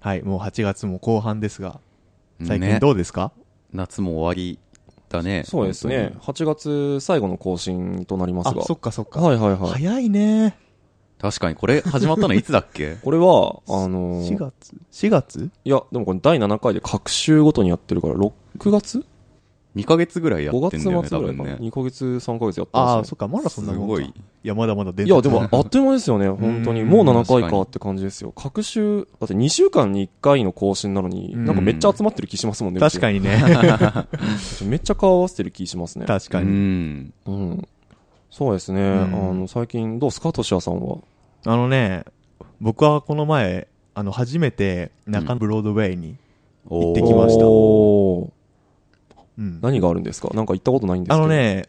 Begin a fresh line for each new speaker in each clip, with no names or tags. はい、もう8月も後半ですが、最近
ね
どうですか、
夏も終わりだね。
そうですね。8月最後の更新となります
あ
が。、
そっかそっか。
はいはいはい。
早いね。
確かにこれ始まったのいつだっけ
これは、あの
4
ー、
月 ?4 月
いや、でもこれ第7回で各週ごとにやってるから、6月
?2 ヶ月ぐらいや
?5
ってん
月末
だ
ぐ
よ
ら
ね、
いか
多
な。
分ね。
2ヶ月、3ヶ月やって
あ
ま
あ、
す
そ
ね。
っか、まだそんなもんか。
すごい
や、まだまだ出
いや、でも、あっという間ですよね。本当に。
うん
もう7回
確か
か
に
って感じですよ。各週、だって2週間に1回の更新なのに、
うん
なんかめっちゃ集まってる気しますもんね。
確か
に。
にね。
めっちゃ顔合わせてる気します ね。
確
う
かに。
ん。
うん。そうですね。
ん
あの、最近、どうですか、としやさんは。
あのね、僕はこの前、あの、初めて中野ブロードウェイに、行ってきました
おー
うん
何があるんですかなんか行ったことないんですけ
あ
ど
の。ね、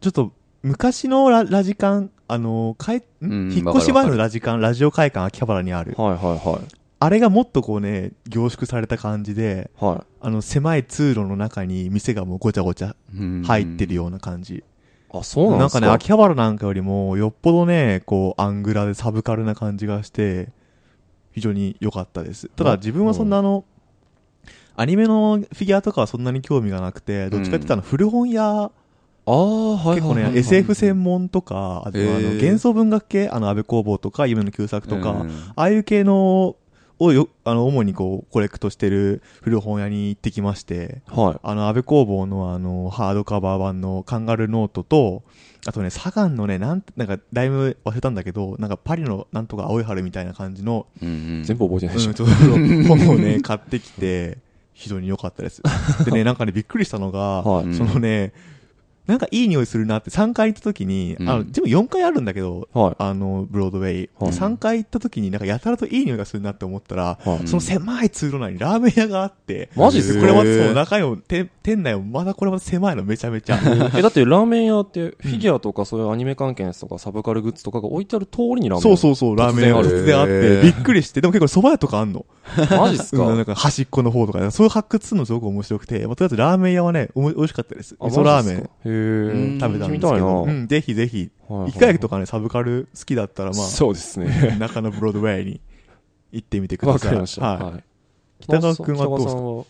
ちょっと、昔のララジカン、あの、かえ、
うん
ん引っ越し前のラジカン、ラジオ会館秋葉原にある。
はいはいは
あれがもっとこうね、凝縮された感じで、
い。はい。
あの、狭い通路の中に店がもうごちゃごちゃ入ってる
よ。
ような感じ。
あ、そうなん
な
で
ん
すか
かね、秋葉原なんかよりも、よっぽどね、こう、アングラでサブカルな感じがして、非常に良かったです。ただ、
うん
自分はそんなあの、アニメのフィギュアとかはそんなに興味がなくて、どっちかって言ったら古本屋、
ああ、はいはいはい。
結構ね、SF 専門とか、あとあ
へ
の
ー
幻想文学系、あの、安部工房とか、夢の旧作と
う
か、
ん
ああいう系の、をよ、あの、主にこう、コレクトしてる古本屋に行ってきまして、
は
あの、安部工房のあの、ハードカバー版のカンガルーノートと、あとね、サガンのね、なん、なんか、だいぶ忘れたんだけど、なんかパリのなんとか青い春みたいな感じの、
うんうん
い。全部覚えてない
うん、
で
ち
し
ょ
ょ
っ。と、本を ね、買ってきて、非常に良かったです。でね、なんかね、びっくりしたのが、
はい
うん
そのね、なんかいい匂いするなって3回行った時に、
うん
あの、全部4回あるんだけど、
は
あの、ブロードウェイ。
はい
3回行った時になんかやたらといい匂いがするなって思ったら、
い。は
うん
その狭い通路内にラーメン屋があって、
マジっすか
これまたそ
へ
の
ー
中の店店内もまだこれまた狭いのめちゃめちゃ。
い。え、だってラーメン屋って、フィギュアとかそういうアニメ関係のやつとかサブカルグッズとかが置いてある通りにラーメン
そうそうそう、ラーメン屋が
突
突
然
然
あ
あ
る
って
へー、
びっくりして、でも結構蕎麦屋とかあんの。
う。マジっすか
うんなんか端っこの方とか、そういう発掘するのすごく面白くて、まあとりあえずラーメン屋はね、おも美味しかったです。
あ
味噌ラーメ
マジっ
ン
すかへ
うん
え。
食べたんですけ
行ってみたいな
ど、うん、ぜひぜひ、一回と
か、
かね、サブカル好きだったら、ま
そうで すね。
あ、中野ブロードウェイに行ってみてくだ
わ
さ
か
い。
りました。
はい。
い。
北川君はどうですか
北川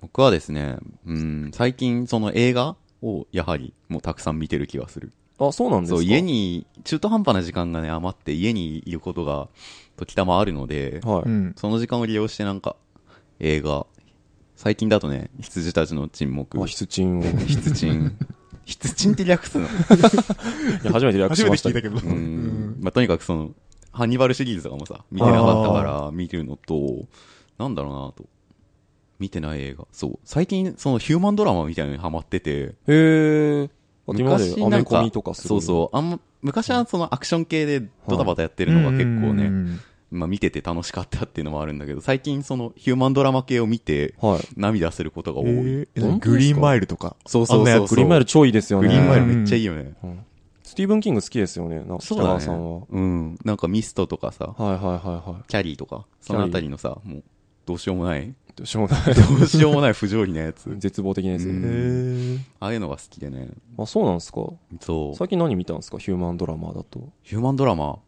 僕はですね、うん、最近その映画をやはりもうたくさん見てる気がする。
さんはあ、そうなんです
そ
か
う、家。に、中途半端な時間がね、余って家にいることが、時たまあるので、
は
う
い。
ん。
その時間を利用してなんか、映画、最近だとね、羊たちの沈黙
あ、、必賃を。い
羊沈、羊沈って略すの、
や、初めて略
初
し
め
ま
て
した
聞いた
けど。
けど。
うん、まあ、とにかくその、ハンニバルシリーズとかもさ、見てなかったから、見るのと、なんだろうなと。見てない映画。そう。最近、そのヒューマンドラマみたいなのにハマってて、
へえ。だって今まで
昔
ア
な
メ
んか
コミとかする。
そうそうあんま昔はそのアクション系でドタバタやってるのが結構ね、
うん
まあ、見てて楽しかったっていうのもあるんだけど最近そのヒューマンドラマ系を見て
う。はい。
涙することが多い、
えー
本当ですか
グリーンマイルとか。
そうそう
あんな
そ
や
う
つ
グリーンマイル超いいですよ
グ
ね。
リーンマイルめっちゃいいよね、
うんスティーブン・キング好きですよね、なんか北
そうだ
川
ね
さんは。
うんなんかミストとかさ
はいはいはいは
キャリーとかそのあたりのさもうどうしようもない
い。どうしようもない。
どうしようもない不条理なや つ
絶望的なやつ
う
へ
ん
ね。
ー
ああいうのが好きでね
あ、そうなんですか。
そう
最近何見たんですかヒューマンドラマだと。
ヒューマンドラマ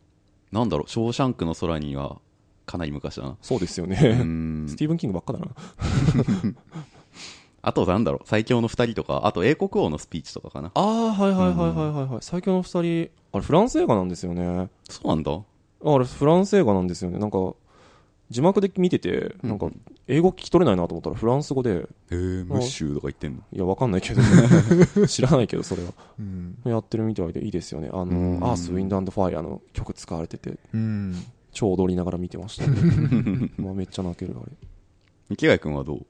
なんだろう「ショーシャンクの空に」はかなり昔だな
そうですよ
う
ね。
ん
スティーブン・キングばっかだな。
あとなんだろう、最強の二人とか、あと英国王のスピーチとかかな。
ああ、はいはいはいはいはいはい。最強の二人、あれフランス映画なんですよね。
そうなんだ。
あれフランス映画なんですよね。なんか、字幕で見てて、なんか、英語聞き取れないなと思ったらフランス語で、
えー、ムッシューとか言ってんの。
いや、わかんない けど、知らないけど、それは。
うん。
やってるみたいでいいですよね。あ
うん
の、アース、ウィンドアンドファイアの曲使われてて、
うん。
超踊りながら見て ました、まあめっちゃ泣ける、あれ。
池谷君はどう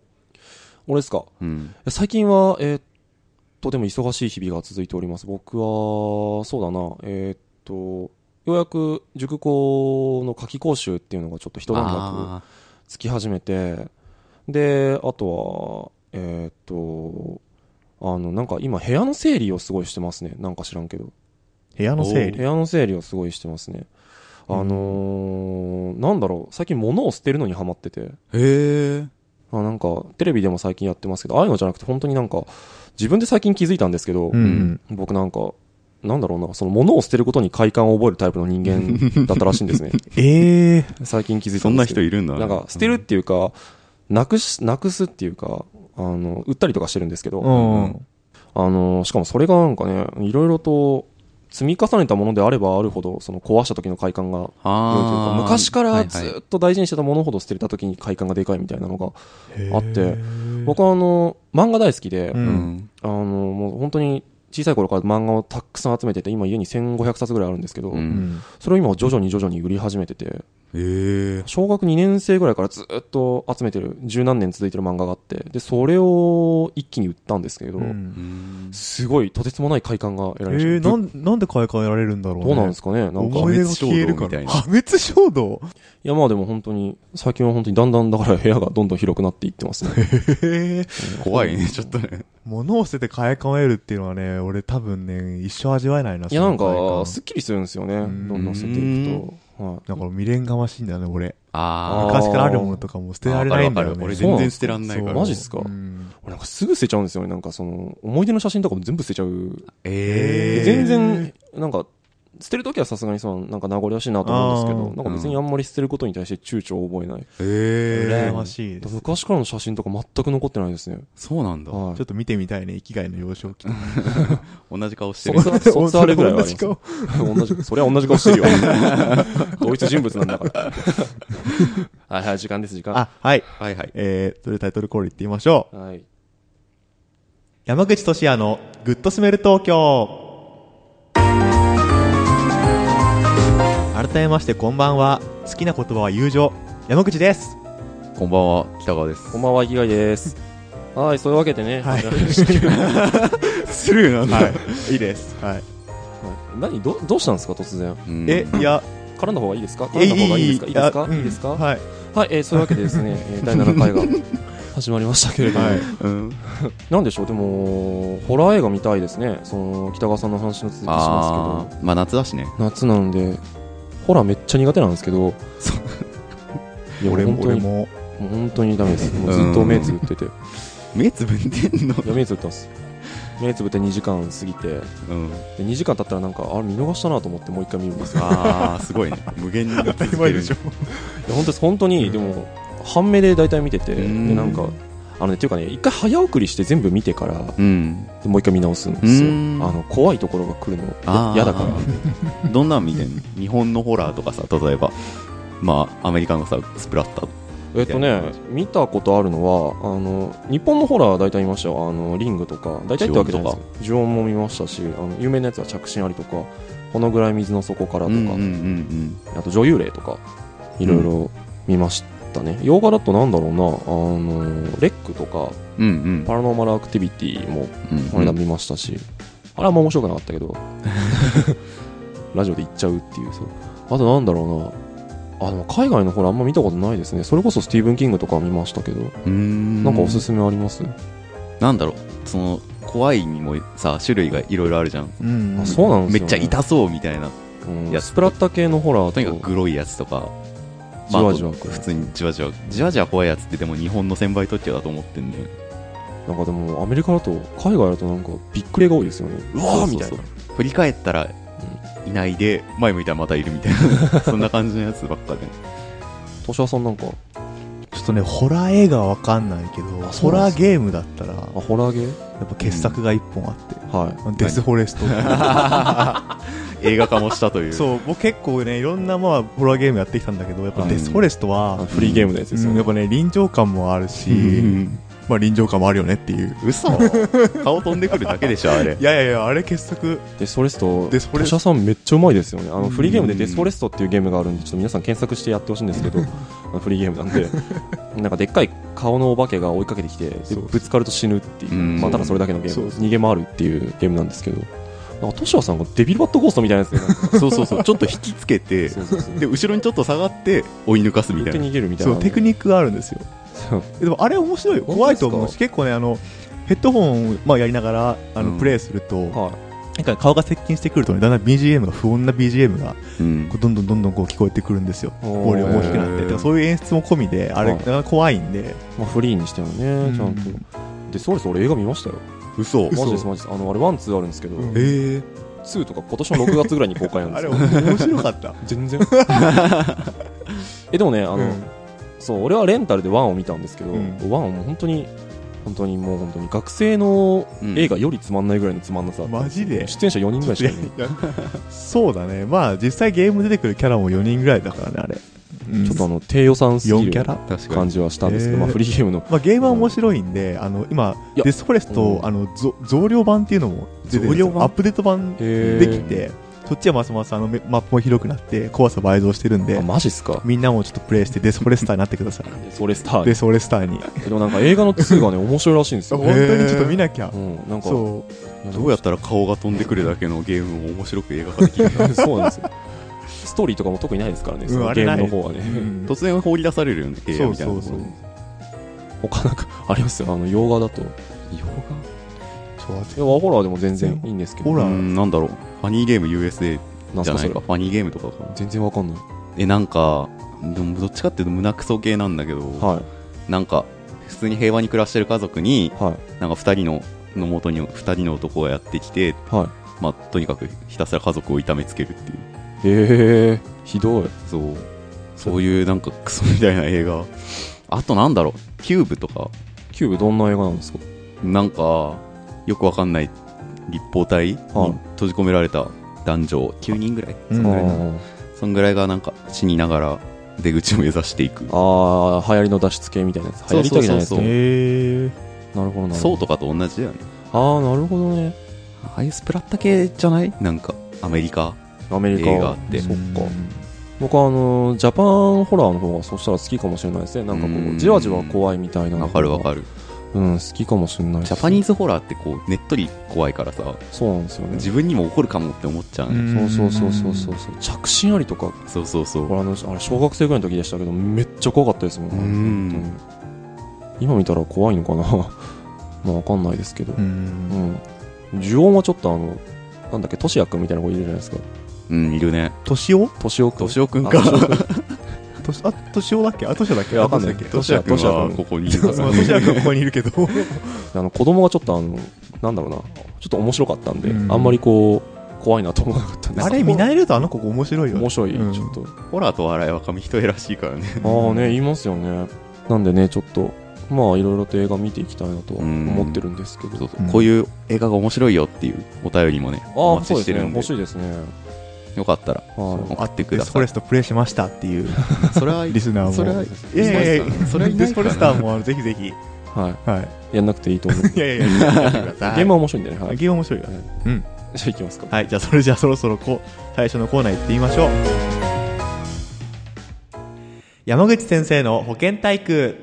俺ですか
うん。
最近は、えーっと、でも忙しい日々が続いております。僕は、そうだな、えーっと、ようやく塾講の夏季講習っていうのがちょっと一段落
あ
つき始めて、で、あとは、えーっと、あの、なんか今部屋の整理をすごいしてますね。なんか知らんけど。
部屋の整
部
理。
屋の整理をすごいしてますね。あのーなんだろう、最近物を捨てるのにハマってて。
ーへえ。
あなんか、テレビでも最近やってますけど、ああいうのじゃなくて、本当になんか、自分で最近気づいたんですけど、
うん
ん
僕なんか、なんだろうな、その物を捨てることに快感を覚えるタイプの人間だったらしいんですね。
ええ
最近気づいた
そんな人
い
いるんだ
なんか、捨てるっていうか、なくし、なくすっていうか、あの、売ったりとかしてるんですけど、
うんうん
あの、しかもそれがなんかね、いろいろと、積み重ねたものであればあるほど、その壊した時の快感が良いという
あ
か
あ
昔から
はいはい
ずっと大事にしてたものほど捨てれた時に快感がでかいみたいなのが、
へー
あって僕はあの、漫画大好きで、
うん
うん
あの、もう本当に小さい頃から漫画をたくさん集めてて、今家に1500冊ぐらいあるんですけど、
う
うんん
それを今徐々に徐々に売り始めてて、
ええ
小学2年生ぐらいからずっと集めてる、十何年続いてる漫画があって、で、それを一気に売ったんですけど、
うん
すごいとてつもない快感が得
え
られました。
ー、なんなんで買い替えられるんだろうね
どうなんですかねなんか。
思い出が消えるか
破滅衝動みた
ら
いな
破滅衝動
いやまあでも本当に、最近は本当にだんだんだから部屋がどんどん広くなっていってますね。
へえ
怖いね、ちょっとね。
物を捨てて買い替えるっていうのはね俺多分ね一生味わえないないい
やなんか、すっきりするんですよね。ど
ん
んどん捨てていくと。はい。
だから未練がましいんだね俺
ああ。
昔からあるものとかも捨てられないんだよ
わか
ね
るわかる
そう
俺全
なん
然
で
捨
す
てらんないから。
マジっすか
うん
俺なんかすぐ捨てちゃうんですよね。なんかその、思い出の写真とかも全部捨てちゃう。
えー
全然、なんか、捨てるときはさすがにその、なんか名残惜しいなと思うんですけ
あー
ど、なんか別にあんまり捨てることに対して躊躇を覚えない。
ええ
羨ましいです
昔からの写真とか全く残ってないですね。
そうなんだ。
はい
ちょっと見てみたいね生きがいの幼少期
同じ顔してる。
卒ア卒アレぐらいはあり
同
ま
じ
す。
顔
同じ、それは同じ顔してるよ。 同一人物なんだから。はいはい、時間です、時間。
あはい
はいはい。
えー、それタイトルコールいってみましょう
はい。
山口俊也のグッドスメル東京改めましてこんばんは好きな言葉は友情山口です
こんばんは、北川です。
こんばんは、生きがいです。はい、そういうわけでね。
はい
始まりました
スルーな んだ。
いいいですはい
何ど、どうしたんですか、突然。
うん
えいや
絡んだ方がいいですか絡んだ方がいいですかいいですか
や
いいですか
うんはい
はい、えーそういうわけでです ね、えー第7回が始まりましたけれども、
はい
うん。
なんでしょう、でも、ホラー映画見たいですね、その北川さんの話の続きしま
あ
すけ
あ。まあ夏だしね。
ど、夏なんで、ホラーめっちゃ苦手なんですけど、いや
俺
本
も
当
俺
に、も
も
う本当にダメです、もうずっと目つぶってて、い
目つぶってんの。
や目つぶってます、目つぶって2時間過ぎて、で
うん。
2時間経ったら、なんか、あ見逃したなと思って、もう一回見るんですよ、
ああ、すごいね。無限に 続ける。
いや本当です本当に、でも、半目で大体見てて、で
うん
なんか、あのね、っていうかね、一回早送りして全部見てから、
うん。
でもう一回見直すんですよ
う
あ
ん
の怖いところが来るの
あー
嫌 だから
どんなん見てんの日本のホラーとかさ、例えば、まあ、アメリカのさ、スプラッタ
えっとね見たことあるのはあの日本のホラー大体見ましたよあのリングとか大体ってわけじゃないですよ呪音も見ましたしあの有名なやつは着信ありとかこのぐらい水の底からとか、
うんうんうん
あと女優霊とかいろいろ見ましたね、洋画だとなんだろうなあのレックとか
うん。うんうん
パラノーマルアクティビティも
うん
この間見ましたし、あれはあんま面白くなかったけどラジオで言っちゃうっていうそうあとなんだろうなあでも海外のホラーあんま見たことないですねそれこそスティーブン・キングとかは見ましたけど、
うん
なんかおすすめあります
なんだろうその怖いにもさ種類がいろいろあるじゃん
うん
あそうなんです
め
よ
っちゃ痛そうみたいな
うん
いや
スプラッタ系のホラーと
とにかくグロいやつとか
じわじわく
普通にじわじわじわじわ怖いやつってでも日本の千倍特許だと思ってんだよ
なんかでもアメリカだと海外だとなんかびっくりが多いですよねうわーみたい
そ
な
うそうそう振り返ったらいないで前向いたらまたいるみたいなそんな感じのやつばっかで
としわさんなんか
ちょっとねホラー映画はわかんないけど
あそ
ホ
うなん
ラ
ですね
ーゲームだったらや
あホラーゲー
っぱ傑作が一本あって
はい
デスフォレスト
映画化もした というう
そう僕結構ねいろんなまあホラーゲームやってきたんだけどやっぱデスフォレストは、
あフリーゲームのやつですよ
うん
ね、
やっぱね臨場感もあるし、まあ臨場感もあるよねっていう
嘘顔飛んでくるだけでしょあ れ
いやいやいやあれ傑作
デスフォレスト
デスフォレスト
としわさんめっちゃうまいですよねあのフリーゲームで
うん
デスフォレストっていうゲームがあるんでちょっと皆さん検索してやってほしいんです けどあのフリーゲームなんでなんかでっかい顔のお化けが追いかけてきてで
そう
ぶつかると死ぬっていう
うん
まあ、ただそれだけのゲー
そ
ム
うそ
逃げ回るっていうゲームなんですけどなんかとしわさんがデビルバットゴーストみたいなやつでなんか
そうそう そうちょっと引きつけて
そうそうそう
で後ろにちょっと下がって追い抜かすみ
言ったて
いな
逃げるみたい
そ
な
うテクニックがあるんですよ
そう
でもあれ面白いよ
本当ですか
怖いと思うし結構ねあのヘッドホンを、まあ、やりながらあの、
うん
プレイすると、
はい
なんか顔が接近してくるとねだんだん BGM が不穏な BGM が
うん
こうどんどんどんどんこう聞こえてくるんですよボ
ボ
リューム大きくなっ
へ
て
ー
だからそういう演出も込みであれ
はい
なかなか怖いんで、
まあ、フリーにしてもねちゃんと、
うん
デスフォレスト俺映画見ましたよ
嘘
マジですマジですあのあれワンツーあるんですけど、
うん
ええ
2とか今年の6月ぐらいに公開なんで
あ
す
れ
よ
面白かった
全然 えでもねあの、
うん
そう俺はレンタルで1を見たんですけど、
うん
1はもう本当に本当にもう本当に学生の
うん
映画よりつまんないぐらいのつまんなさだったんすよ
マジで
出演者4人ぐらいしかいない
そうだねまあ実際ゲーム出てくるキャラも4人ぐらいだからねあれ、うん
ちょっとあの低予算すぎ
4キャ
る
ラ
確か
感
に。
じはしたんですけど、
へー
まあ、フリーゲームの
まあ、ゲームは面白いんで、あの今
いや
デスフォレスト、
うん
あのぞ増量版っていうのも出てるんで
増
す
量
よ
版
アップデート版
へー
できてそっちはますますあのめマップも広くなって怖さ倍増してるんで
あマジっすか
みんなもちょっとプレイしてデスフォレスターになってください
それスター
デ
で
スフォレスターに
でもなんか映画の2がね面白いらしいんです
本
よ、
当にちょっと見なきゃ
うん、なんか
そ
どうやったら顔が飛んでくるだけのゲームを面白く映画化できる
そうなんですよ。ストーリーとかも特にないですから
う
ね、
ん
その
あ
ゲ
れ
ー
な
ム
い
の方は
う、う
ね。
ん
突然放り出されるような映画
そう
みたいな
そうそ
とこ
う
ろ
他なんか、ありますよ、あの、洋画だと。い
洋
ちょっと
や、ホラーでも全然いいんですけど。
ホ
画
ラー
うんなんだろう。ファニーゲーム USA
なん
じ
す
ゃ
か、
な
そ
い
れ
か。。ファニーゲームとかかな
全然わかんない。
え、なんか、でもどっちかっていうと胸クソ系なんだけど、
は
なんか、普通に平和に暮らしてる家族に、
い。はい。
なんか2人の、のもとに2人の男がやってきて、
はい。
まあ、とにかくひたすら家族を痛めつけるっていう、
ええー、ひどい。
そう、そういうなんかクソみたいな映画。あとなんだろう、キューブとか、
キューブどんな映画なんですか
なんか、よくわかんない立方体に
はい
閉じ込められた男女9人ぐらい、
うん
そんぐ
あ
らいの
ー
そんぐらいがなんか死にながら出口を目指していく。
あー、流行りの脱出系みたいなやつ。流
そ
行
う
り
そうそうそう
とかじゃないで
へ
す
え
か。なるほど、なる
そ
ほ
うと
ど。
かと同じだよね。
ああ、なるほどね。
ああいうスプラッタ系じゃないなんか、アメリカ。
アメリカ
映画って
そっか。僕はあのージャパンホラーの方がそしたら好きかもしれないですね。なんかこ
う
う、
ん
じわじわ怖いみたいなのが。
わかるわかる。
うん、好きかもしれない。
ジャパニーズホラーってこう、ねっとり怖いからさ、
そうなんですよね。
自分にも怒るかもって思っちゃうね。
そうそうそうそうそうそう着信ありとか
そうそうそう。
俺あのあれ小学生ぐらいの時でしたけどめっちゃ怖かったですもん
うん
本当に今見たら怖いのかな まあわかんないですけど
う
うんん呪音はちょっとあのなんだっけトシヤ君みたいな子いるじゃないですか
うん、いるね。
年を
トシオ君
としおくん
あ
か。
年あ年をだっけあ年をだっけ
いやわかんない
あ年だっけ
とし
としお
おくんは
くんはここにいる
そうそう年はここにいるけど
あの子供がちょっとあのなんだろうなちょっと面白かったんで、
うん
あんまりこう怖いなと思わなかったんです
あれ見慣れるとあの子面白いよね
面白い、
うん
ちょっと
ホラーと笑いは紙一重らしいからね。
ああね、言いますよね。なんでね、ちょっと、まあ、いろいろと映画見ていきたいなとは思ってるんですけど。
そうそう
うん
こういう映画が面白いよっていうお便りもね、お
ああ、
待
そう
ちして
ですね。
るんで
欲、しいですね。
よかったら
は
送ってく
デ
だ
スフォ
さ
レ
い。
ストプレイしましたっていう
それは、
リスナーも
それは、
いやいやい
いないか
や
なそれはいな
デ
い
ス
か
フォ
な
レスターもあのぜひぜひ
い。は。
はい
やんなくていいと思う。
いいやいやいややってください
ゲームは面白いんだよね。はい。じ
ゲーム面白いよ
ゃあ、いきますか。
はいじゃあそれじゃあそろそろこう最初のコーナー行ってみましょう山口先生の保健体育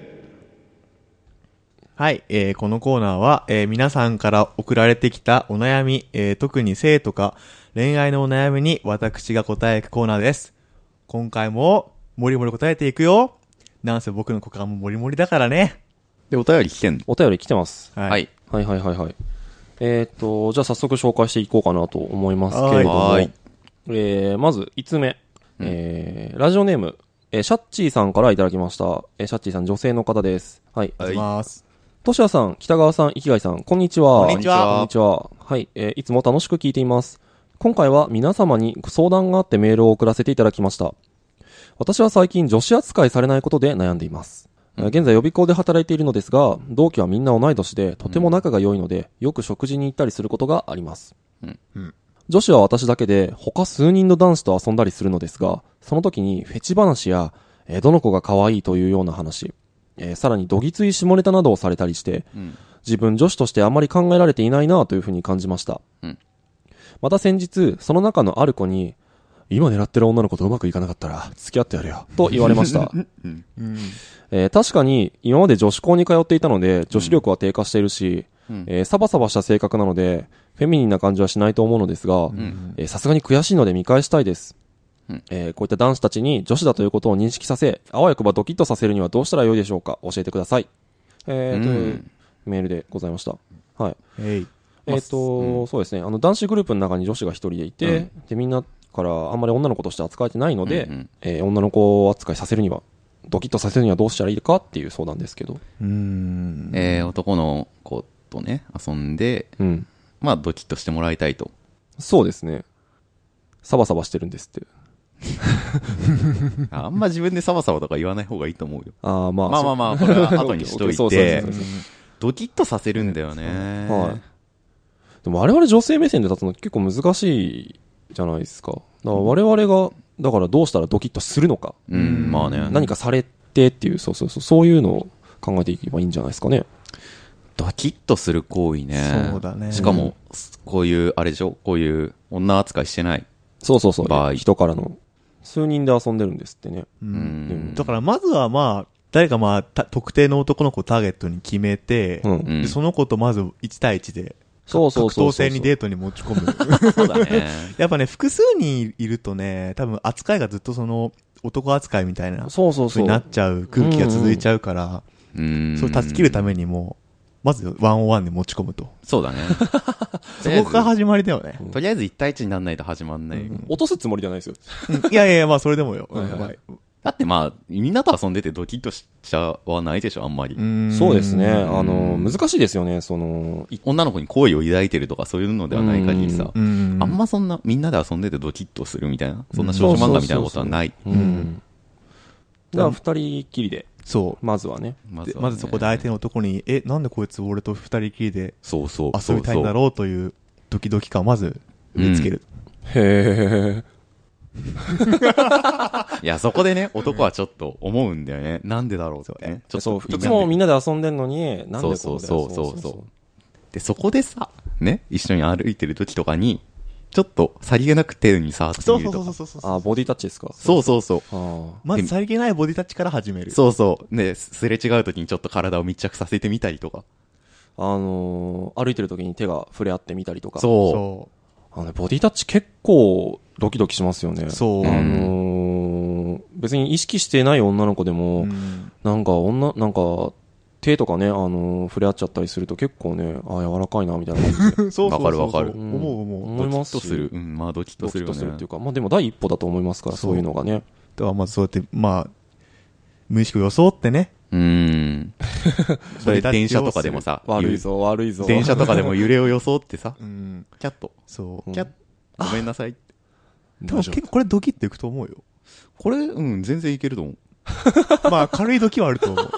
はい、えーこのコーナーは、えー皆さんから送られてきたお悩み、えー特に性とか恋愛のお悩みに私が答えいくコーナーです今回ももりもり答えていくよなんせ僕の股間ももりもりだからね
で、お便り来てんの
お便り来てます。
は
はい。
はいはいはいはい。えーっと、じゃあ早速紹介していこうかなと思いますけれども
はーい。
えー、まず、5つ目。えー、ラジオネーム、えーシャッチーさんからいただきました。えーシャッチーさん、女性の方です。はい。
行きます。
としやさん、北川さん、生貝さん、こんにちは。
こんにちは
こんにちは。はい、えーいつも楽しく聞いています。今回は皆様に相談があってメールを送らせていただきました。私は最近女子扱いされないことで悩んでいます。えー現在予備校で働いているのですが、同期はみんな同い年で、とても仲が良いので、よく食事に行ったりすることがあります。
うん
うん
女子は私だけで、他数人の男子と遊んだりするのですが、その時にフェチ話や、えーどの子が可愛いというような話、えーさらにどぎつい下ネタなどをされたりして、
うん
自分女子としてあまり考えられていないなというふうに感じました。
うん
また先日、その中のある子に、今狙ってる女の子とうまくいかなかったら、付き合ってやるよ、と言われま した。
うん
うん。
えー確かに、今まで女子校に通っていたので、女子力は低下しているし、
うん
えーサバサバした性格なので、フェミニンな感じはしないと思うのですが、
ん
えーさすがに悔しいので見返したいです。
うん
えーこういった男子たちに女子だということを認識させ、あわよくばドキッとさせるにはどうしたらよいでしょうか教えてください。えーという
うん
メールでございました。はい。
えい。
えっ、と、そうですね。あの、男子グループの中に女子が一人でいて、
うん
で、みんなからあんまり女の子として扱えてないので、
うんうん
えー女の子を扱いさせるには、ドキッとさせるにはどうしたらいいかっていう相談ですけど。
うん。
えー男の子とね、遊んで、
うん。
まあ、ドキッとしてもらいたいと。
そうですね。サバサバしてるんですって。
ああんま自分でサバサバとか言わない方がいいと思うよ。
ああ、まあ。
まあまあまあ、これは後にしと
そ
いう
そうそう
て
そ、うそう
ドキッとさせるんだよね。
はい。でも我々女性目線で立つの結構難しいじゃないですか。だから我々が、だからどうしたらドキッとするのか。
うん、まあね。
何かされてっていう、そうそうそう、そういうのを考えていけばいいんじゃないですかね。
ドキッとする行為ね。
そうだね
しかも、こういう、あれでしょこういう女扱いしてない。
そうそうそう。
場合
人からの。数人で遊んでるんですってね。
うん
うん
だからまずはまあ、誰かまあ、た特定の男の子をターゲットに決めて、
う
う
ん。
ん
でその子とまず1対1で、
そうそうそうそ
格闘
う。
戦にデートに持ち込む。
そうだね。
やっぱね、複数人いるとね、多分扱いがずっとその、男扱いみたいな、
そうそう
風
そう。
になっちゃう空気が続いちゃうから、
うん。
それを断ち切るためにも、まずワンオンワンで持ち込むと。
そうだね。
そこから始まりだよね。
とりあえず1対1にならないと始まんない。
うん
落とすつもりじゃないですよ。
うんいやいやいや、まあそれでもよ。
はいはいはい
だってまあ、みんなと遊んでてドキッとしちゃわないでしょ、あんまり。
ん
そうですね。あの、難しいですよね。その、い
女の子に好意を抱いてるとかそういうのではない限りさ、
う
あ
ん。
んまそんな、みんなで遊んでてドキッとするみたいな、そんな少女漫画みたいなことはない。
うん。だから二人きりで、
そう。
まずはね。
ま
で
はね
まずそこで相手の男に、え、なんでこいつ俺と二人きりで
そうそう。
遊びたいんだ
ろ
ろうというドキドキ感をまず植え付ける。
へえ。
う。いや、そこでね、男はちょっと思うんだよね。なんでだろうってね。ちょっ
そ
と
う、いつもみんなで遊んでんのに、なんでこ
そう
う
そうそうそうで、そこでさ、ね、一緒に歩いてる時とかに、ちょっとさりげなく手に触って
そう
み
そ
る
う
と
そ
か
う。そうそう。
あ、ボディタッチですか。
そうそうそう。
あ
まずさりげないボディタッチから始める。
そうそう。ね、すれ違う時にちょっと体を密着させてみたりとか。
あのー歩いてる時に手が触れ合ってみたりとか。
そ
そ
あのね、ボディタッチ結構ドキドキしますよね。
う。そう。
あ
ん
のー別に意識してない女の子でも、
うん
なんか女、なんか、手とかね、あのー触れ合っちゃったりすると結構ね、あ、柔らかいな、みたいな感じで
そうそうそうそう
わかるわかる
思う思う。
う。
思います
ドキッとする。うん、まあドキッ
ド
とす
キ
る
ッ
よね。
とするっていうか、まあでも第一歩だと思いますから、
そう
そういうのがね。
だからまずそうやって、まあ、無意識を装ってね。
うん。それ
ボディタッチをする
電車とかでもさ、
悪いぞ、悪いぞ。
電車とかでも揺れを装ってさ
う、ん。
キャット、
そう
うん。
キャット、ごめんなさい。
多分結構これドキッといくと思うよ。
これ、うん、全然いけると思う。
まあ軽いドキはあると思う。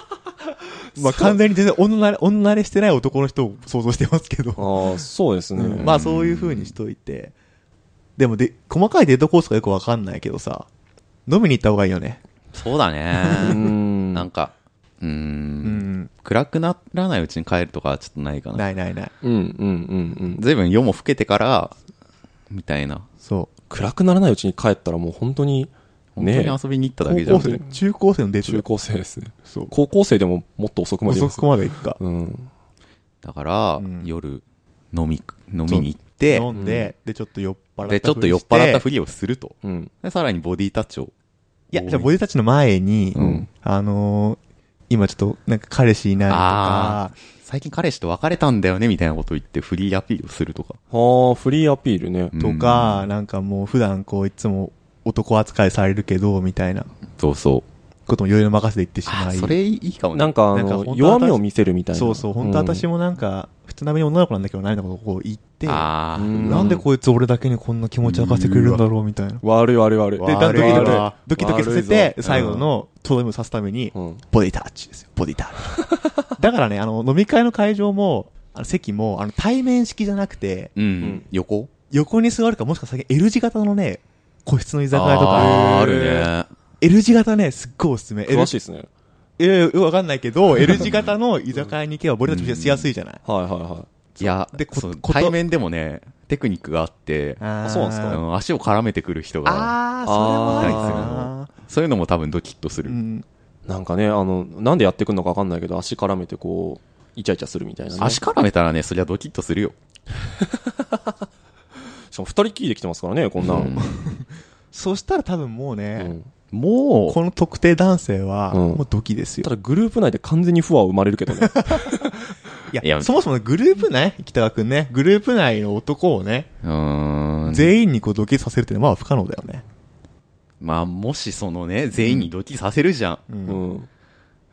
まあ完全に全然女慣れ、女慣れしてない男の人を想像してますけど。
ああ、そうですね。
うんまあそういう風にしといて。でもで、細かいデートコースがよくわかんないけどさ、飲みに行った方がいいよね。
そうだ
う
ね。
ん
なんか、う、
うんん。
暗くならないうちに帰るとかはちょっとないかな。
ないないない。
うん、うん、うん、うん。
随分夜も更けてから、みたいな。
そう。
暗くならないうちに帰ったらもう本当に、
本当
ね
に遊びに行った
高
だけじゃん
校。生、中高生のデート
中高生ですね。
そう。
高校生でももっと遅くまでいます
そこまで行くか。
うん。
だから、
うん
夜、飲み、飲みに行って、
飲んで、で、ちょっと酔っ払った
で、ちょっと酔っ払ったふ
り
りをすると。
うん。
で、さらにボディタッチを。
して。いや、じゃあボディタッチの前に
う、ん。
あのー、今ちょっと、なんか彼氏いないと
あ
か、
最近彼氏と別れたんだよね、みたいなことを言ってフリーアピールをするとか。
はあ、フリーアピールね。
とか、なんかもう普段こういつも男扱いされるけど、みたいな
そうそう。
こともいろいろ任せていってしま
あ
い。
それいいかもね。
なんか、あ
なんか本当
の、
は
弱みを見せるみたいな。
そうそう、本当
ん
私もなんか、普通なみに女の子なんだけど、何のことをこう言って、
ああ、
うん
なんでこいつ俺だけにこんな気持ち明かしてくれるんだろうみたいな。で、
悪い悪い悪い。
だんだんド
悪
キ
い
ドキ
わ
ドキドキさせ
悪
て
い、ぞ
最後のとどめを刺すために、
うん。
ボディタッチですよ、ボディタッ チ。だからね、あの、飲み会の会場も、あの席も、あの、対面式じゃなくて、
うん。
ん
横
横に座るか、もしかしたら最近 L 字型のね、個室の居酒屋と
あー
か、
あるね。
L 字型ね、すっごいおすすめ。
詳
L
しいですね。
いやいや、よくわかんないけど、L 字型の居酒屋に行けば、ボディタッチしやすいじゃない。
はいはいはい
や、
でこ
そう
こと
対面でもね、テクニックがあって、
あー
そうなんす
あ
か
の足を絡めてくる人が、
ああ、それもあ
あ
る
そういうのも多分ドキッとする。
んですよ。
い。なんかね、あの、なんでやってくんのかわかんないけど、足絡めてこう、イチャイチャするみたいなね。
足
し
絡めたらね、そりゃドキッとするよ。
かも二人きりで来てますからね、こんな。
うんん
そしたら多分もう
う
ね、
ん
もう、
この特定男性は、
うん
もうドキです
た
よ。
だグループ内で完全に不和生まれるけど
い
ね。
いや
や、そもそもグループ内、北川くんね、グループ内の男をね、
うーん。
全員にこうドキさせるっていうのはまあ不可能だよね。
まあ、もしそのね、全員にドキさせるじゃん。
うん
うん。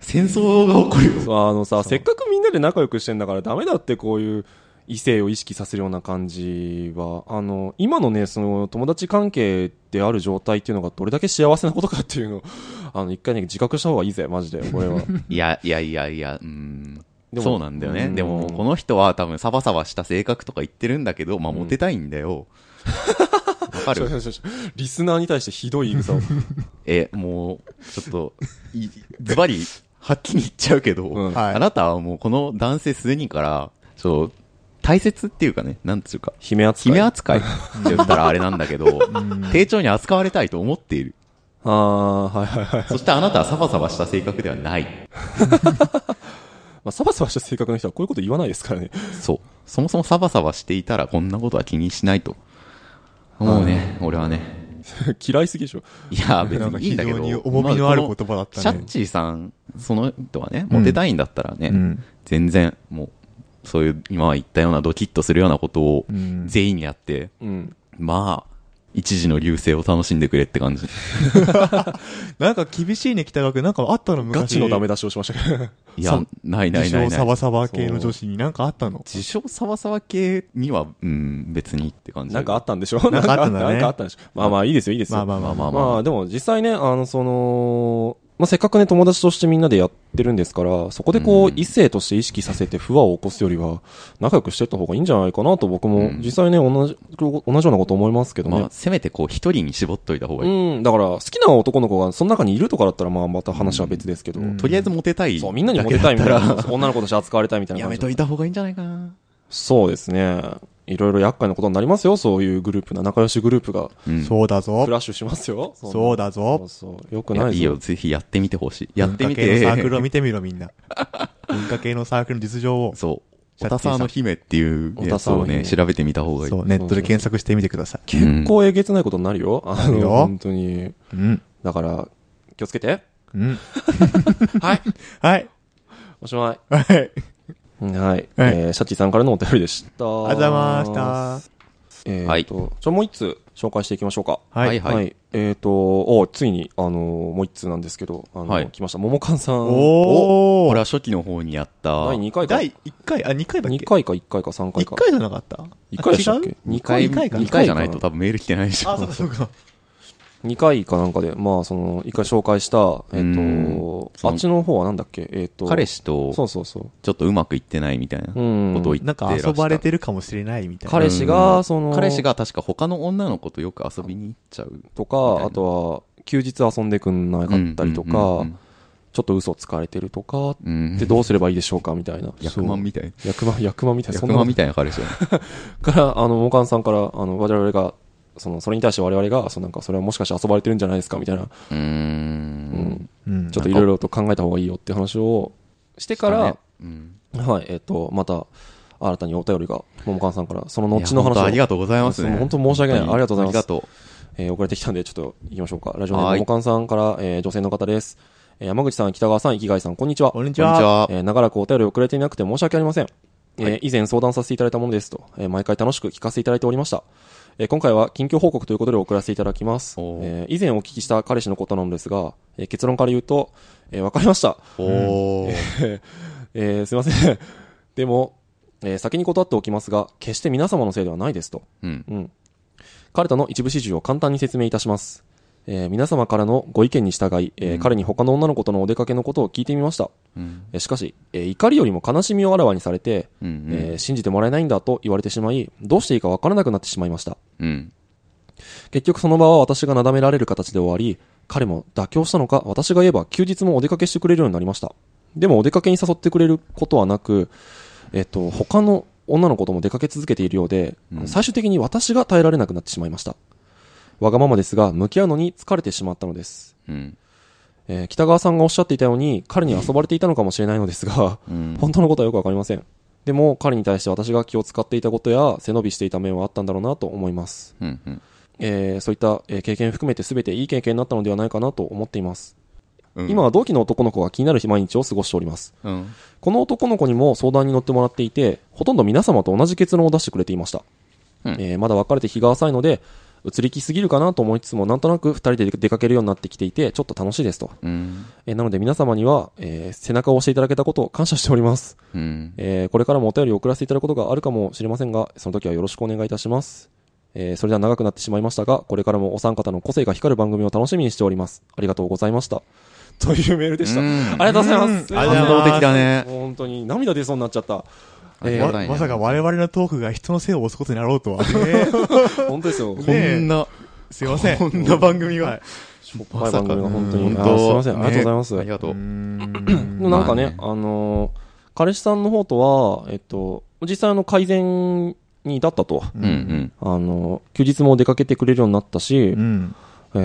戦争が起こるよ。
そうあのさ、せっかくみんなで仲良くしてんだからダメだってこういう、異性を意識させるような感じはあの今のねその友達関係である状態っていうのがどれだけ幸せなことかっていうのを あの一回ね自覚した方がいいぜマ ジでこれは
いや、いやいやいや、うん。
でも
そうなんだよね。
うん
でも、この人は多分サバサバした性格とか言ってるんだけど、まあ、
うん
モテたいんだよ。わ、か
そう
る
そうそうリスナーに対してひどい言い草 を、
え、もう、ちょっと、いズバリ、はっきり言っちゃうけど、
うん
はい
あなたはもうこの男性数人から、そう、大切っていうかね、なんつうか、
姫扱い
姫扱いって言ったらあれなんだけど、丁重に扱われたいと思っている。
ああはいはいはい、ま
そしてあなたはサバサバした性格ではない。
あ、サバサバした性格の人はこういうこと言わないですからね
そう。そもそもサバサバしていたらこんなことは気にしないと。もうね、俺はね。
嫌いすぎでしょ
いや、別
なんか
にいい
非
んだけ
常
ど。
に重みのある
ま
言
こ
葉だっ
の
た
シャッ
ね。
チーさん、その人はね、モテたいんだったらね、
うん
全然、もう、そういう、今は言ったようなドキッとするようなことを
うん
全員にやって、
うん
まあ、一時の流星を楽しんでくれって感じ。
なんか厳しいね、北川君。なんかあったの昔。
ガチのダメ出しをしましたけど
い
さ
や、ないないない
自称サ
ない。
バサバ系の女子になんかあったの
自称サバサバ系には、うん、別にって感じ。
なんかあったんでしょ
なんかあったんだね
なんかあったんでしょまあまあいいですよいいですよ
まあまあまあま
ま
あ。
あまあ
まあでも実際ね、あの、その、まあせっかくね、友達としてみんなでやってるんですから、そこでこ
う、
うん異性として意識させて不和を起こすよりは、仲良くしてった方がいいんじゃないかなと僕も
う、ん
実際ね、同じ、同じようなこと思いますけど
ま
ね
あ、。せめてこう、一人に絞っといた方がいい。
うん、だから、好きな男の子がその中にいるとかだったら、まあまた話は別ですけど、
うん
とりあえずモテたい。
そう、みんなにモテたいみたいな、女の子として扱われたいみたいな
や
感
め
じ
といた方がいいんじゃないかな。
そうですね。いろいろ厄介なことになりますよ、そういうグループな、仲良しグループが、
うん
そうだぞ
ク。ラッシュしますよ。んな
そうだ
そ
ぞ
う。そう。よく
い
ない
や
で
い
す
いよ、ぜひやってみてほしい。やってみ
文化系のサーク
て。
ルを見てみろ、みん な。文化系のサークルの実情を。
そう。小田沢の姫っていう
小
や
田
つ
沢
を
の姫
ね、調べてみた方がいい。
そう、ネットで検索してみてください。
結
結、構えげつないことになるよ。あ
るよ
の、本当に。
うん。
だから、気をつけて。
うん。
はい。
はい。
おしまい。
はい。あり
はい。えー、シャチさんからのお便りでした。
がとうございまし。た。
えーと、じゃあもう一通紹介していきましょうか。
は
はいい。
はい。
えーと、おついに、あのーもう一通なんですけど、あのー
はい
来ました。ももかんさん。
お
これ
ー。
は初期の方にやった。
第2回か。
第1回、あ、2回だっ
2
け
回か1回か3回
?1
か。
回じゃなかった
一回でしたっけ
あ違う
二
回
回、
二回か
二回じゃないと多分メール来てないでしょ。
あ、そうかそうか。
2回かなんかで、まあ、その、1回紹介した、えっ、
うん
と、あっちの方はなんだっけえっ、と、
彼氏と、
そうそうそう。
ちょっとうまくいってないみたいなこと
うん
を言って
なん
ら
か
っしゃ
遊
った
ばれてるかもしれないみたいな。
彼氏が、その、
彼氏が確か他の女の子とよく遊びに行っちゃう。
と
みたい
か、
な
あとは、休日遊んでくんなかったりと
うんうんう
か
ん、
ちょっと嘘つかれてるとか、
うん。うん
で、どうすればいいでしょうかみたいな。
役満みたい。
役満、役満みたいな、そ
役
んな
満
の
みたいな彼氏だね
から、あの、モカンさんから、あの、我々が、その、それに対して我々が、そのなんか、それはもしかして遊ばれてるんじゃないですかみたいな、
うーん。
うん。
ちょっといろいろと考えた方がいいよって話をしてから、
うん、
はい、えっと、また、新たにお便りが、モカンさんから、その後の
いや本
話
当
を
ありがとうございますね。
本当申し訳ない
本当に
ありがとうございま
あ
す
りがと
えー送られてきたんで、ちょっと行きましょうか。ラジオネー
は
ム、
い
ももかんさんから、えー女性の方です。えー山口さん、北川さん、生貝さん、こんにちは。
こんにち
う。こんにち
は。
は。
えー長らくお便りをくれていなくて申し訳ありません。えー以前相談させていただいたものですと、えー毎回楽しく聞かせていただいておりました。えー今回は近況報告ということで送らせていただきます。え
おー
ー以前お聞きした彼氏のことなのですが、えー結論から言うと、えーわかりました。
おー。
えーすいません。 でも、えー先に断っておきますが、決して皆様のせいではないですと。
うん。
うん。彼との一部始終を簡単に説明いたします。えー皆様からのご意見に従い、えー彼に他の女の子とのお出かけのことを聞いてみました。
うん。
えーしかし、えー怒りよりも悲しみをあらわにされて、
う
え
ん。
ー信じてもらえないんだと言われてしまい、どうしていいかわからなくなってしまいました。
うん。
結局その場は私がなだめられる形で終わり、彼も妥協したのか、私が言えば休日もお出かけしてくれるようになりました。でもお出かけに誘ってくれることはなく、えっと、他の女の子とも出かけ続けているようで、
うん
最終的に私が耐えられなくなってしまいました。わがままですが、向き合うのに疲れてしまったのです。
うん。
えー北川さんがおっしゃっていたように、彼に遊ばれていたのかもしれないのですが、
うん。
本当のことはよくわかりません。でも、彼に対して私が気を使っていたことや、背伸びしていた面はあったんだろうなと思います。
うん。うん。
えーそういったえー経験含めて全ていい経験になったのではないかなと思っています。
うん
今は同期の男の子が気になる毎日を過ごしております。
うん。
この男の子にも相談に乗ってもらっていて、ほとんど皆様と同じ結論を出してくれていました。
うん
えーまだ別れて日が浅いので、移り気すぎるかなと思いつつも、なんとなく2人で出かけるようになってきていて、ちょっと楽しいですと。
うん。
えーなので皆様には、えー背中を押していただけたことを感謝しております。
うん。
えーこれからもお便りを送らせていただくことがあるかもしれませんが、その時はよろしくお願いいたします。えーそれでは長くなってしまいましたが、これからもお三方の個性が光る番組を楽しみにしております。ありがとうございました。というメールでした。
うん
ありがとうございます。
うんありがとうございます
感動的だね。
もう本当に涙出そうになっちゃった。
あり
え
が
ま
たいね
まさか我々のトークが人のせいを押すことになろうと は。
ー本当ですよ。
こんな、
すいません。
こんな番組が
はい
しょっぱ
ま
い
さ
番
か。
組が本当に。
うん
あーすいません。ありがとうございます。
ねありがと
うー
う。
ん
でもなんかね、
まあね
あのー彼氏さんの方とは、えっと、実際あの改善に至ったと。
うんうん。
あのー休日も出かけてくれるようになったし、
うん。
え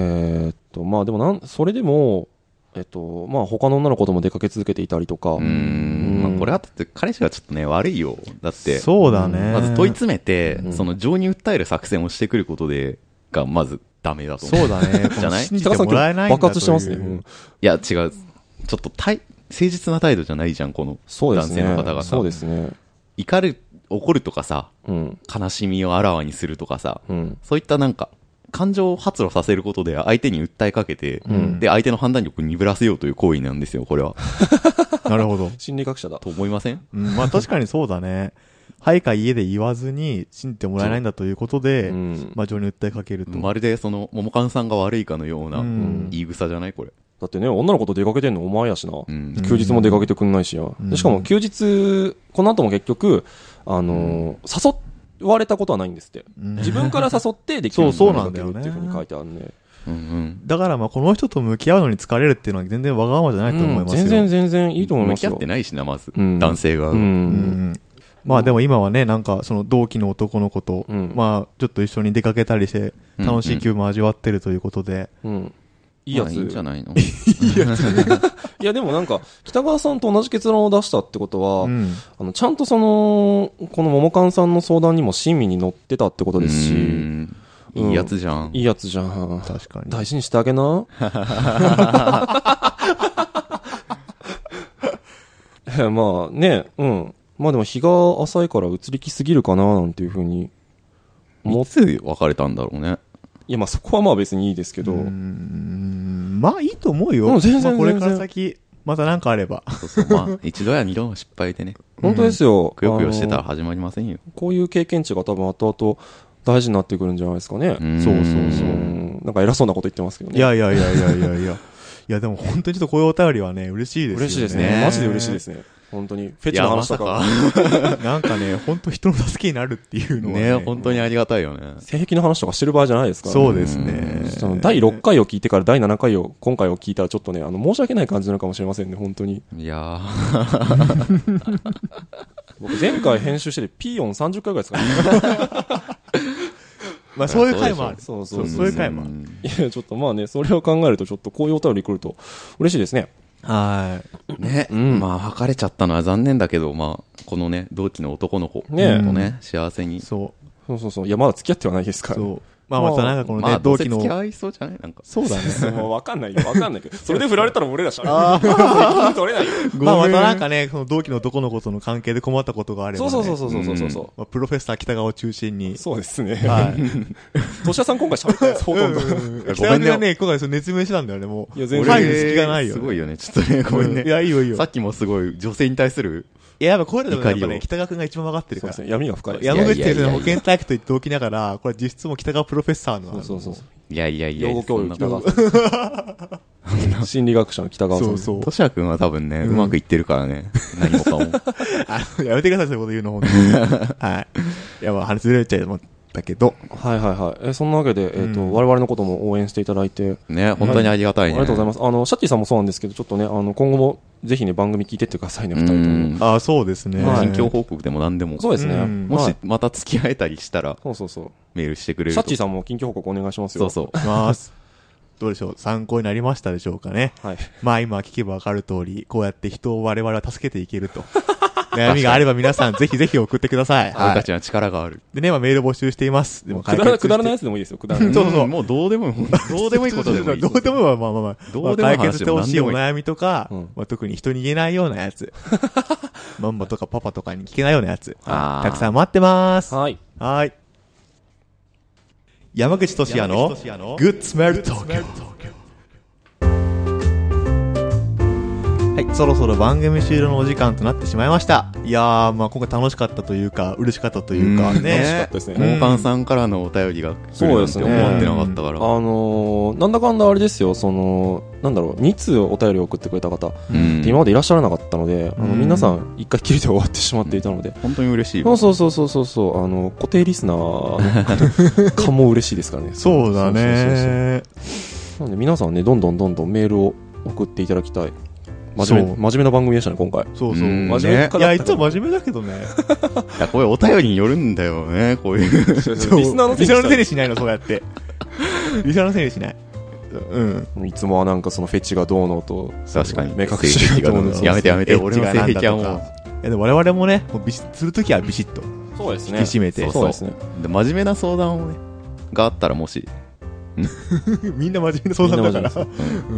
ーっと、まあでもなん、それでも、えっと、まあ他の女の子とも出かけ続けていたりとか、
うーん。まあこれはだって彼氏がちょっとね、悪いよ。だって、
そうだね。
まず問い詰めて、
うん
その情に訴える作戦をしてくることで、がまずダメだと思う。
そうだ ね。
じゃない
信じ
北
て
川さん
もらえ
今
ない
日
んだ
爆発してますね。
と
う
いうん
いや、違う。ちょっとたい、誠実な態度じゃないじゃん、この
そうですね。
男性の方々
そうですね。
怒る、怒るとかさ、
うん。
悲しみをあらわにするとかさ、
うん。
そういったなんか、感情を発露させることで相手に訴えかけて、
ん
で、相手の判断力を鈍らせようという行為なんですよ、これは。
なるほど。
心理学者だ。
と思いません
うん、まあ確かにそうだ ね。はいか家で言わずに信じてもらえないんだということで、
うん
まあ情に訴えかけると。
まるでその、桃缶さんが悪いかのような
うん
言い草じゃないこれ。
だってね、女の子と出かけてんのお前やしな。
うん。
休日も出かけてくんないしや。
ん
でしかも休日、この後も結局、あのー、誘われたことはないんですって。
うん
自分から誘ってできる
そうそうなんだよね
っていうふうに書いてあるね。
うんうん。
だからまあこの人と向き合うのに疲れるっていうのは全然わがままじゃないと思いますよ。
全然全然いいと思い
向
ます
き
よ。
合ってないしな、まず。
うん
男性が。
う。
うんん。まあでも今はね、なんかその同期の男の子と、
うん
まあちょっと一緒に出かけたりして、楽しい気分も味わってるということで、
うん。い
い
いやつ。
いんじゃないの
いや、でもなんか、北川さんと同じ結論を出したってことは、
うん
あのちゃんとその、この桃缶さんの相談にも親身に乗ってたってことですし、
うんいいやつじゃん。
いいやつじゃん。
確かに。
大事にしてあげな。 えまあね、うん。まあでも日が浅いから移りきすぎるかななんていうふうに思
い
っ
つ別れたんだろうね。
いやまあそこはまあ別にいいですけど、
うんまあいいと思うよ。
うん全然
まあこれか
全
ら
然
先、またなんかあれば。
そうそう。まあ、 一度や二度の失敗でね、
本当ですよ。
くよくよしてたら
あの
始まりませんよ。
こういう経験値が多分後々大事になってくるんじゃないですかね。
ん
そうそうそ
んなんか偉そうなこと言ってますけどね。
いやいやいやいやいやいや。いやでも本当にちょっとこういうお便りはね、嬉しいですよね。
嬉しいですね。
ね
マジで嬉しいですね。本当に。フェ
い
チ
や、
の
ま
話と
さ
か
か。。
なんかね、本当人の助けになるっていうのは
ね
ね。
本当にありがたいよね。
性癖の話とかしてる場合じゃないですからね
そうですね。
その第6回を聞いてから第7回を、今回を聞いたらちょっとね、あの、申し訳ない感じなのかもしれませんね、本当に。
いや
僕、前回編集してて、ピー音30回ぐらいですかね。
まあそういう回もある。
そう
そ
そうう
そういう回もある。
いや、ちょっとまあね、それを考えると、ちょっとこういうお便り来ると、嬉しいですね。
は
ね、
うん
まあ、別れちゃったのは残念だけど、まあ、このね、同期の男の子と
ね
ね、幸せ
い。
に。
そう。
そうそうそう。いや、まだ付き合ってはないですから。
そう。まあまたなんかこの
まあ、
ね、
どう
同期
せ付き
の。
合いそうじゃないなんか。
そうだね。
そうまあわかんないよ。わかんないけど。それで振られたら俺らしゃべる。 責任取れないよ。
まあまたなんかね、その同期の男の子との関係で困ったことがあれば
そ
ね。
うそうそうそうそうそうそう。
まあプロフェッサー北川を中心に。
そうですね。
はい。
としやさん今回喋ってないです、ほとんど。
北
ごめ
川
ん
が
ね。
ね、今回それ熱弁してたんだよね、もう。
いや全然
入る隙がないよね。
すごいよね。ちょっとね、ごめんね。
いや、いいよいいよ。
さっきもすごい、女性に対する、
いや、やっぱこういうのでもやっぱ
怒り
ね、
を
北川くんが一番分かってる
そ
か
うで
ら
す。ね。闇が深いですね。
山口先
いやいや
生
いやい
の保
や
健体育と言っておきながら、これ実質も北川プロフェッサーの。
そうそうそう。
いやいやいや、
用語教育
そんなこと
北川さん 心理学者の北川さん。
そうそう
としやくんは多分ね、うまくいってるからね。何もかも。
あの、やめてください、そういうこと言うの、本当に。はい。いや、まあ、話ずれちゃいましたけど。
はいはいはい。えそんなわけで、えっ、と、我々のことも応援していただいて、
ね、本当にありがた
あ
い
り
ね。
がとうござい
ま
ます。あの、シャッティさんもそうなんですけど、ちょっとね、あの、今後もぜひね、番組聞いてってくださいね、二人とも。
ああ、そうですね。
はい
近況報告でも何でも。
そうですね。
うん
も
は
し
い、
また付き合えたりしたら、
そうそうそう。
メールしてくれる
シャ
と。
ッティさんも近況報告お願いします
そ
よ。
うそう。
ます。どうでしょう参考になりましたでしょうかね。
はい。
まあ今聞けばわかる通り、こうやって人を我々は助けていける と。悩みがあれば皆さんぜひぜひ送ってください。
俺
は
た
い。
ちには力がある。
でね、まあメール募集しています。でも
くだらな、くだらな
い。
いやつでもいいですよ、くだら ない。
そうそうそうん
もうどうでもいい。どうでもいいことでもい い。
どうでもいいわまあまあまあ。
どうでも
まあ
いい話
解決してほしい
でも
お
何でもい
悩みとか
うん、
まあ特に人に言えないようなや つ。マンバとかパパとかに聞けないようなやつ。
あー
たくさん待ってます。
はい。
はい。山口俊也のグッスメル東京はいそろそろ番組終了のお時間となってしまいましたいやーまあ今回楽しかったというか嬉しかったというか
うん
ね
楽しかったですね
交換さんからのお便りが来るなんて思ってなかったから。
あのーなんだかんだあれですよ、その、なんだろう、2通お便りを送ってくれた方、
うん
今までいらっしゃらなかったので、あの
うん
皆さん、一回きりで終わってしまっていたので、
本当に嬉しい
そ
わ。
うそうそうそうそうそう、あの、固定リスナーのかも嬉しいですからね。
そうだ
そうそうそう
ね
そう。なんで皆さんね、どんどんどんどんメールを送っていただきたい。真面
そう
目、真面目な番組でしたね、今回。
そうそう、
うん
ね
真面目か
い
ら
やいつも真面目だけどね
いや、これお便りによるんだよね、こういう。
リスナーの
リスナーのせい
せ
にしないのそうやってリスナーのせいにしないうん
いいつもはなんかそのフェチがどうのと、
確かに。
目隠しがどうのと。
やめてやめて、
エッ
俺
チ
の
がなん
性
だ
癖は
と
も
かい
う。
やでも我々もねもうビシするときはビシッと
そうです
引き締めて、
そう
そうですね。
で真面目な相談をね、があったらもし。
みんな真面目な相談だから。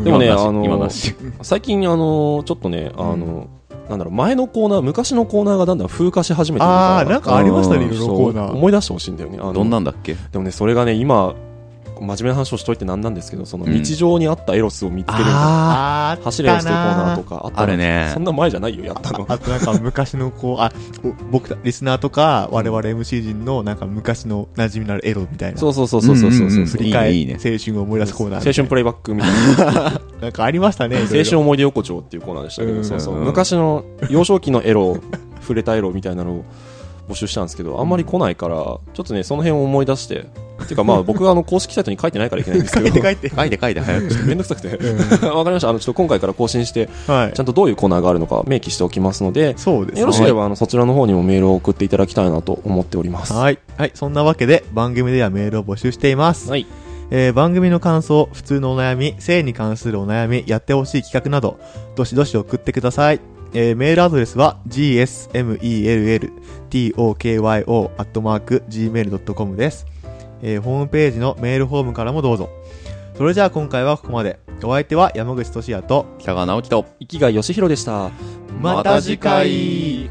でも
今な
ね
し
あのー
今なし。
最近、あのーちょっとね、あのーなんだろう、前のコーナー、昔のコーナーがだんだん風化し始めてるから
ああ、なんかありましたね、いろいろ
そう
コーナー。
思い出してほしいんだよね。あの
どんなんだっけ
でもね、それがね、今、真面目な話をしといてなんなんですけど、その
うん
日常にあったエロスを見つけるみたいな、
あー
走れエロスというコーナーと。かあったの
あるね
そんな前じゃないよ、やったの。
あとなんか昔のこう、あ、僕た、リスナーとか、我々 MC 陣のなんか昔の馴染みのあるエロみたいな。。
そううそうそうそうそうそう。
うんうんうん
振り返
いいねいい
青春を思い出すコーナー。
青春プ
レ
レイバックみたいな。
イ。なんかありましたね、いろいろ
青春。思い出横丁っていうコーナーでしたけ
う
ど、
ん
そうそうう。
ん
昔の幼少期のエロ、触れたエロみたいなのを募集したんですけど、あんまり来ないから、ちょっとね、その辺を思い出して、っていうかまあ僕はあの公式サイトに書いてないからいけないんですけ
書
ど、
いて書いて。
書いて書いて早く。
めんどくさくて。わかりました。あの、ちょっと今回から更新して、
はい
ちゃ。んとどういうコーナーがあるのか明記しておきますので、
そうですね。
よろしければあのそちらの方にもメールを送っていただきたいなと思っております。
はい。はい。そんなわけで、番組ではメールを募集しています。
はい
えー番組の感想、普通のお悩み、性に関するお悩み、やってほしい企画など、どしどし送ってください。えーメールアドレスは gsmelltokyo.gmail.com です、えーホームページのメールフォームからもどうぞ。それじゃあ今回はここまで。お相手は山口俊也と、
北川直樹と。
生きがよしひろでした。
また次回